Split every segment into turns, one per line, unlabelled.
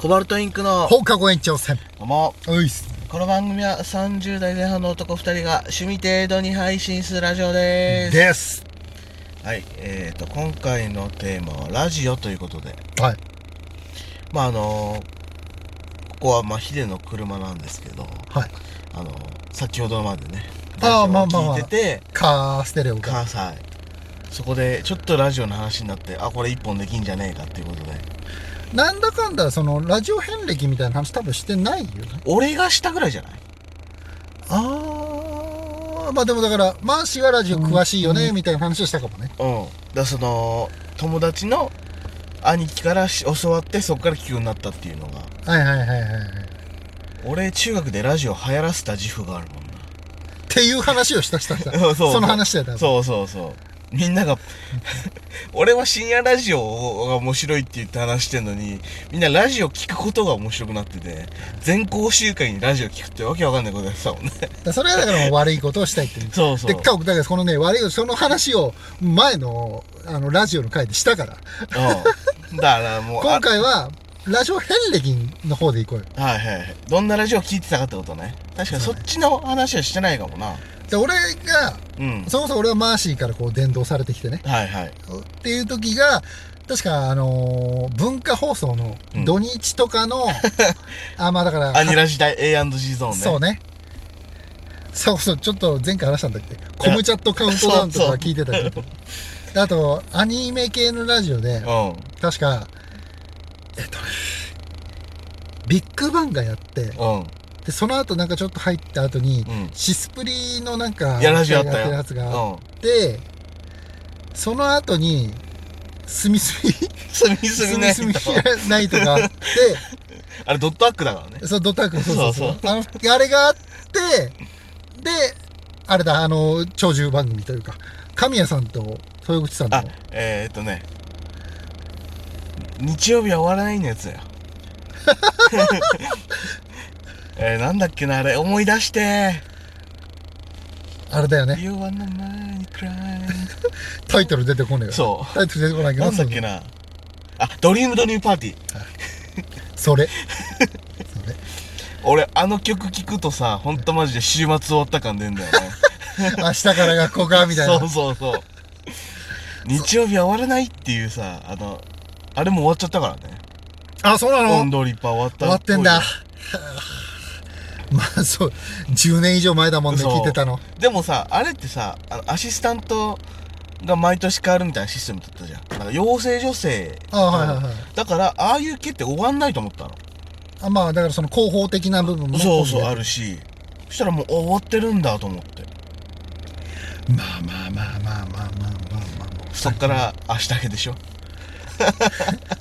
コバルトインクの
放課後延長戦
どうも
おいっす
この番組は30代前半の男2人が趣味程度に配信するラジオです
です
はいえー、と今回のテーマはラジオということで
はい
まああのここはまあヒデの車なんですけど
はい
あの先ほどまでね
あーまあまあまあ
聞いてて
カーステレオが
関西そこでちょっとラジオの話になってあこれ一本できんじゃねえかっていうことで
なんだかんだそのラジオ遍歴みたいな話多分してないよね
俺がしたぐらいじゃない
ああまあでもだからマーシーがラジオ詳しいよねみたいな話をしたかもね
うん、だその友達の兄貴からし教わってそこから聞くようになったっていうのが
はいはいはいはいはいっ
俺中学でラジオ流行らせた自負があるもん
ていう話をしたした した
そうそう
の話だよ多
な
分
そうそうそうみんなが 俺は深夜ラジオが面白いって言って話してんのにみんなラジオ聞くことが面白くなってて全校集会にラジオ聞くってわけわかんないことやってたもんね
だそれはだからもう悪いことをしたい っていう
そうそう
でかだからこのね悪いことその話を前のあのラジオの回でしたから
うんだからもうあ
今回はラジオ遍歴の方でいこうよ
はいはいはいどんなラジオ聞いてたかってことね確かにそっちの話はしてないかもな
で俺が
うん
そもそも俺はマーシーからこう伝道されてきてね
はいはい
っていう時が確かあのー文化放送の
うん
土日とか の、あまあだから
アニラ時代 A&G ゾーンね。
そうねそうそうちょっと前回話したんだっけコムチャットカウントダウンとか
そうそう
聞いてたけどであとアニメ系のラジオ
う
で
ん。
確かえっとねビッグバンがやって
うん。
でその後なんかちょっと入った後に、
うん。
シスプリのなんか
いやラジオあったよ
やるやつがあ
う
っ
ん。
て、その後にすみすみ
すみすみね。
す みすみないとかあって
あれドットアックだからね。
そうドタクそうそうそう
そう
あのあれがあってであれだあの長寿番組というか神谷さんと豊口さんの
あ、えー、っとね。日曜日は終わらないのや つだよ。えー、なんだっけな、あれ、思い出して。
あれだよね
You wanna money cry.
タイトル出てこねえよ
そ。
タイトル出てこないうけど
なんだっけな。あ、ドリームドリームパーティー。
それそれ
俺、あの曲聞くとさ、ほんとマジで週末終わった感出んだよね。
明日から学校かみたいな
そうそうそう日曜日は終わらないっていうさあのあれも終わっちゃったからね
あそうなの
温度リッパー終わった
終わってんだ。はあ まあそう、10年以上前だもんね、
そう
聞いてたの。
でもさあれってさあのアシスタントが毎年変わるみたいなシステムだったじゃんなんか養成女性
あはいはいはい。
だからああいう系って終わんないと思ったの、
あまあだからその広報的な部分も。
そうそうあ
る。
るしそしたらもうあ終わってるんだと思って
まあまあまあまあまあまあまあまあまあ。
そっから明日へでしょ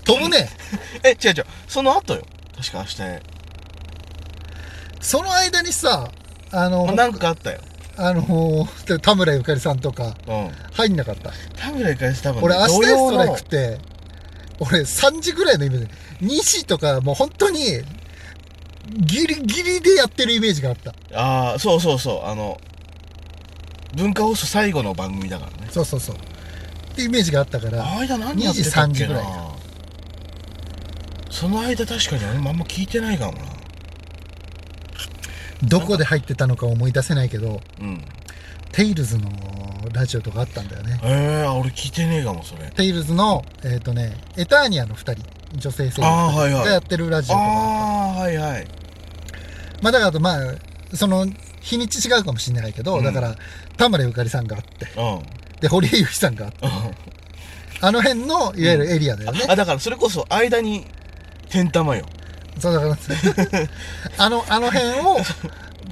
飛ぶね。
え違う違うその後よ確か明日へ、
その間にさ、あ
まあ、
の、
なんかあったよ
あの、田村ゆかりさんとか
うん
入んなかった。
田村ゆかりさん多分
俺
ね、
明日
同
ス
様
トライ
の
クって、俺3時ぐらいのイメージ。2時とかもう本当に、ギリギリでやってるイメージがあった。
ああそうそうそうあの文化放送最後の番組だからね
そうそうそう。ってイメージがあったから。
間何やってたっ
2時
け
3時ぐ
な
らいだ
その間確かに俺もあんま聞いてないかもな
どこで入ってたのか思い出せないけど、
うん
テイルズのラジオとかあったんだよね。
へえ俺聞いてねえかもそれ
テイルズの、えっ、とね、エターニアの2人、女性声優
あーはいはい
がやってるラジオとか。
ああはいはい
まあだからあと、まあ、その、日にち違うかもしれないけど、
うん
だから、田村ゆかりさんがあって、
うんうん
で、堀江由紀さんがあって、あの辺の、いわゆるエリアだよね。
あだからそれこそ間にてんたまよ
そうだから、あの、あの辺を、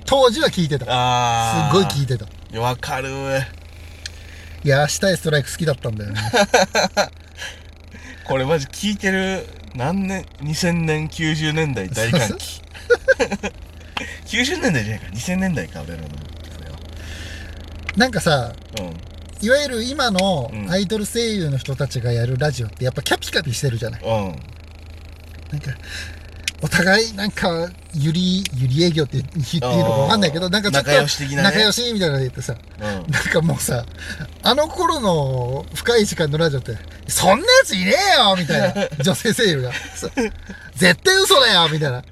当時は聞いてた。す
ああ
ごい聞
い
いてた。
てわかる
いや、明日へストライク好きだったんだよ ね。
これマジ聞いてる何年2000年90年代大歓喜 90年代じゃないか2000年代か俺らのあれは
なんかさ、
うん
いわゆる今の
うん
アイドル声優の人たちがやるラジオってやっぱキャピキャピしてるじゃない
うん。
なんか、お互いなんか、ゆり、ゆり営業って言っていいのかわかんないけど、なんかちょっと
仲良し的なね
仲良しみたいなの言ってさ、
うん。
なんかもうさ、あの頃の深い時間のラジオって、そんなやついねえよみたいな、女性声優が。そう絶対嘘だよみたいな。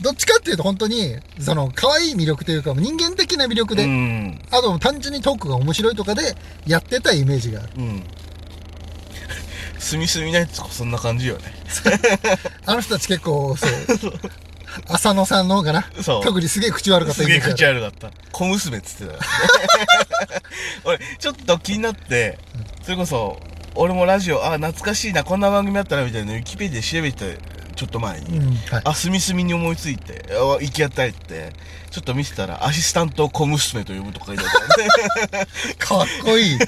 どっちかっていうと本当に、その、可愛い魅力というか、人間的な魅力で、
うん
あと単純にトークが面白いとかでやってたイメージがある。
うんすみすみなやつこそんな感じよね
あの人たち結 構、そう、浅野さんの方かな。
そう
特にすげえ口悪かった
すげ
イメ
え
ージ
口
ある。
悪かった小娘っつってた 俺ちょっと気になってそれこそ俺もラジオあ懐かしいなこんな番組あったなみたいなのウィキペディアで調べてたちょっと前に、
うん、はい。
あ隅々に思いついてあ行き当たりってちょっと見てたらアシスタントを小娘と呼ぶとか書いてあったね
かっこいい。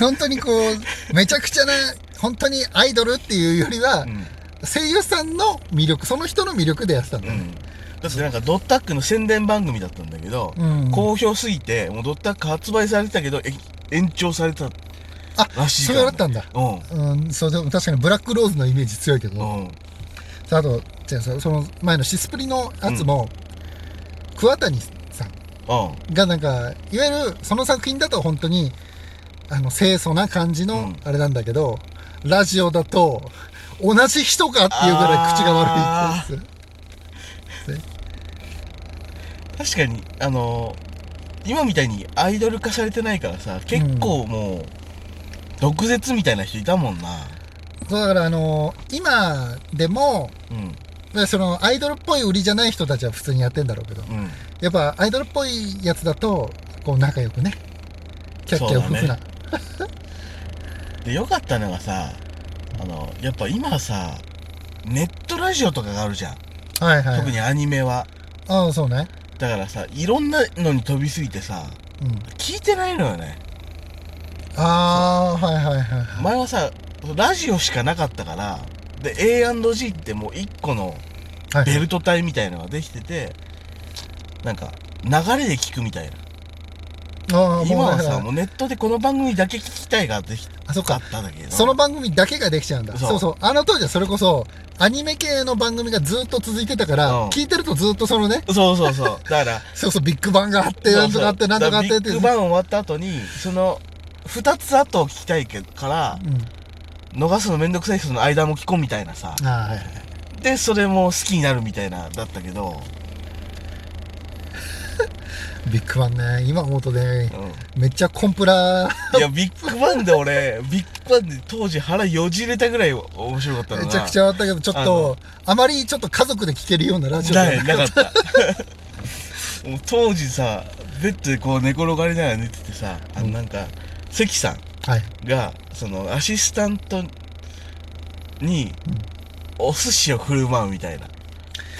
本当にこう、めちゃくちゃな、本当にアイドルって いうよりは、声優さんの魅力、その人の魅力でやってたん
う
だ
ん、う
ね。
ん、だってなんかドッタックの宣伝番組だったんだけど、
うん
好評すぎてもうドッタック発売されてたけどえ延長された
あ、
らしい
そ
か
れだ
ら、
ったんだ。
うん
うん、そう、でも確かにブラックローズのイメージ強いけど、
うん
あと、じゃあそその前のシスプリのやつも、桑谷さん
うん
がなんか、いわゆるその作品だと本当に、あの、清楚な感じ
う
の
ん
あれなんだけど、ラジオだと、同じ人かっていうぐらい口が悪いってやつ。
確かにあのー今みたいにアイドル化されてないからさ結構もう、毒舌みたいな人いたもんな
そうだからあのー今でも、
うん
でそのアイドルっぽい売りじゃない人たちは普通にやってんだろうけど、
うん
やっぱアイドルっぽいやつだと、こう仲良くね、キャッキャウフフな。
でよかったのがさあのやっぱ今さネットラジオとかがあるじゃん、
はいはい。
特にアニメは
ああ、そうね。
だからさいろんなのに飛びすぎてさ
うん。
聞いてないのよね
ああ、はいはいはいはい。
前はさラジオしかなかったからで A&G ってもう1個の
はい
ベルト帯みたいのができててなんか流れで聞くみたいな
ああ、
今
もう
は
だか
さ
ら
もうネットでこの番組だけ聞きたいができ
あ、そっ
あ
か。
ったんだけど
その番組だけができちゃうんだ。
そう
そうそう。あの当時はそれこそ、アニメ系の番組がずっと続いてたから、
うん
聞いてるとずっとそのね、
そうそうそうだから
そうそう、ビッグバンがあって、なんとかあって、なんとかあって
だ
っ
ら
て。
ビッグバン終わった後にその2つ後を聞きたいけどから
うん。
逃すのめんどくさい人の間も聞こうみたいなさ
ああ、はいはい。
でそれも好きになるみたいなだったけど、
ビッグバンね、今思うとね、
う
めっちゃコンプラ、
ん、いやビッグバンで俺ビッグバンで当時腹よじれたぐらい面白かったの
め
が
ちゃくちゃあったけど、ちょっ
あ
と
の、
あまりちょっと家族で聞けるようなラジオじゃ
ない
な
な
か
か
っ
った もう当時さベッドでこう寝転がりながら寝ててさあのなんか、関さん
た。はい。
がそのアシスタントに
うん
お寿司を振る舞うみたいな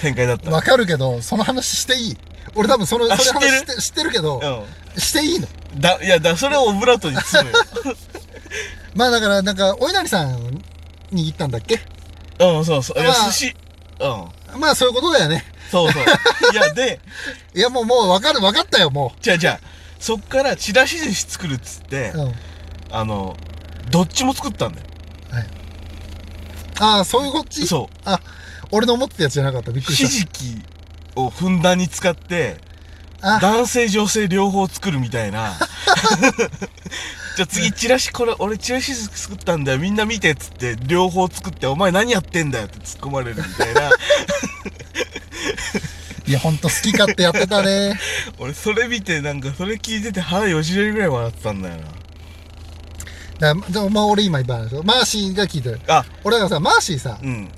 展開だったの
わかるけど、その話していい俺多分その、そ
あ
れ
知
話し
って
て知ってるけど、
う
していいの
んだいやだそれをオブラートに包む
まあだから、なんか、お稲荷さんに行ったんだっけ
ようんそうそういや
まあ
寿司うん
まあそういうことだよね。
そうそういやで
いやもう、もうわかる、わかったよ、も
じゃあじゃあそっからちらし寿司作るっつって
う。うん。はい。
あのどっちも作ったんだよ
ああ、そう いうこっち
そ
あ、俺の思ってたやつじゃなかった。びっ
う
くり
ひ
し
じきをふんだんに使って
た。あ、
男性女性両方作るみたい なじゃあ次チラシこれ俺チラシ作ったんだよみんな見てっつって両方作ってお前何やってんだよって突っ込まれるみたい な
いやほんと好き勝手やってた ね。
俺それ見てなんかそれ聞いてて腹よじれるぐらい笑ってたんだよな
だからでもまあ俺今言ったんでしょ。マーシーが聞いてる。
あ
俺がさ、マーシーさ、
うん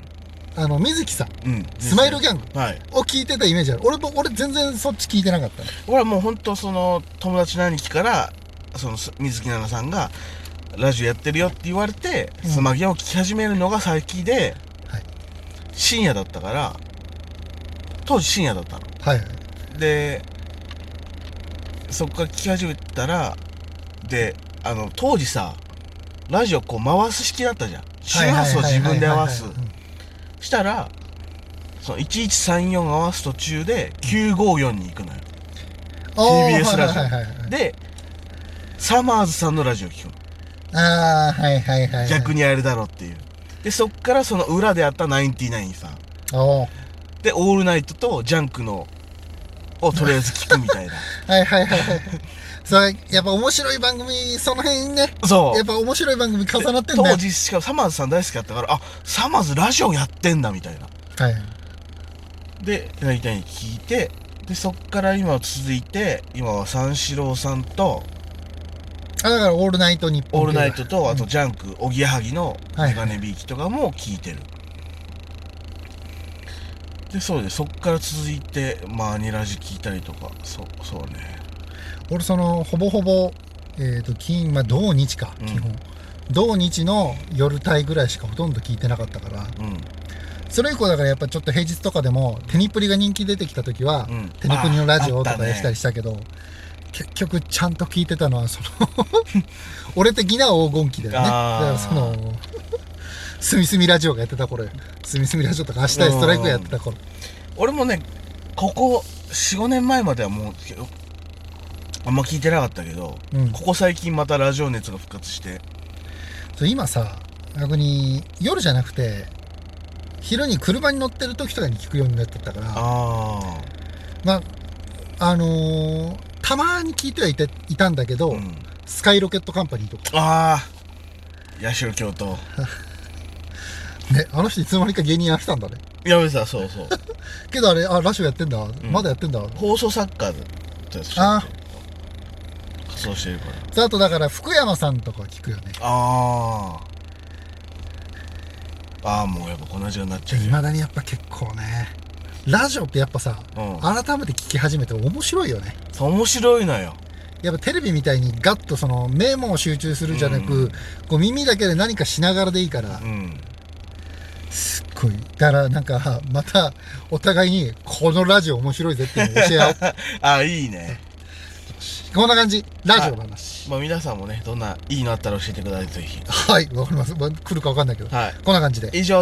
あの、水木さん
うん
スマイルギャング
はい
を聞いてたイメージある。俺も、俺全然そっち聞いてなかったね。
俺はもうほんとその友達の兄貴からそのす水木奈々さんがラジオやってるよって言われて、
うん
スマギャンを聞き始めるのが先で、
はい
深夜だったから当時深夜だったの
はいはい。
でそこから聞き始めたらであの当時さラジオこう回す式だったじゃん周波数を自分で合わす
はいはいはいはい
したらその1134合わす途中で954に行くのよ
はいうん
TBS ラジオ
はいはいはいはい
でサマーズさんのラジオ聞くの
ああ、はいはいはいはい。
逆。にやるだろうっていうでそっからその裏であったナインティナインさん
おー
でオールナイトとジャンクのをとりあえず聞くみたいな
はいはいはいはい。そうやっぱ面白い番組 その辺ね
そう
やっぱ面白い番組重なってんだ
当
よ
時しかもサマーズさん大好きだったからあサマーズラジオやってんだみたいな
はい
で大体に聞いてでそっから今続いて今は三四郎さんと
あだから「オールナイトニ
「
ッポン」
オールナイト」
うん
とあと「ジャンク」おぎやはぎの「
はい
メガネビーキ」とかも聞いてる、でそうですそっから続いてまあアニラジ聞いたりとかそうそうね
俺そのほぼほぼえっ、と金まあ同日か
うん
基本、同日の夜帯ぐらいしかほとんど聞いてなかったから
うん
それ以降だからやっぱちょっと平日とかでもテニプリが人気出てきた時は、
うん
テニプリのラジオと
ああった
か
ね
やったりしたけど結局ちゃんと聞いてたのは その俺的な黄金期だよねだ
あー
からそのすみすみラジオがやってた頃よすみすみラジオとか明日へストライクやってた頃
俺もねここ45年前まではもうけどあんま聞いてなかったけど、
うん
ここ最近またラジオ熱が復活して
そう今さ逆に夜じゃなくて昼に車に乗ってる時とかに聞くようになってたから
あ
まああのーたまに聞いてはいていたんだけど、
あ、うん、
スカイロケットカンパニーとか
ああ八代京都
ねあの人いつの間にか芸人やってたんだね
やめてたそうそう
けどあれあラジオやってんだ、
ん
まだやってんだ
放送作家だったし
あ
活動してるから
そうあとだから福山さんとか聞くよね
ああああもうやっぱこんな時間になっちゃう
いまだにやっぱ結構ねラジオってやっぱさ、
うん
改めて聞き始めて面白いよね
そう面白いのよ
やっぱテレビみたいにガッとその目も集中するじゃなく、
うん
こう耳だけで何かしながらでいいから
う、ん
すっごい。だからなんか、またお互いに、このラジオ面白いぜっていうのを教え合おう。
ああいいね
こんな感じ。ラジオの話。
まあ皆さんもねどんないいのあったら教えてくださいぜひ
はい、わかります。ま来るかわかんないけど。
はい
こんな感じで。
以上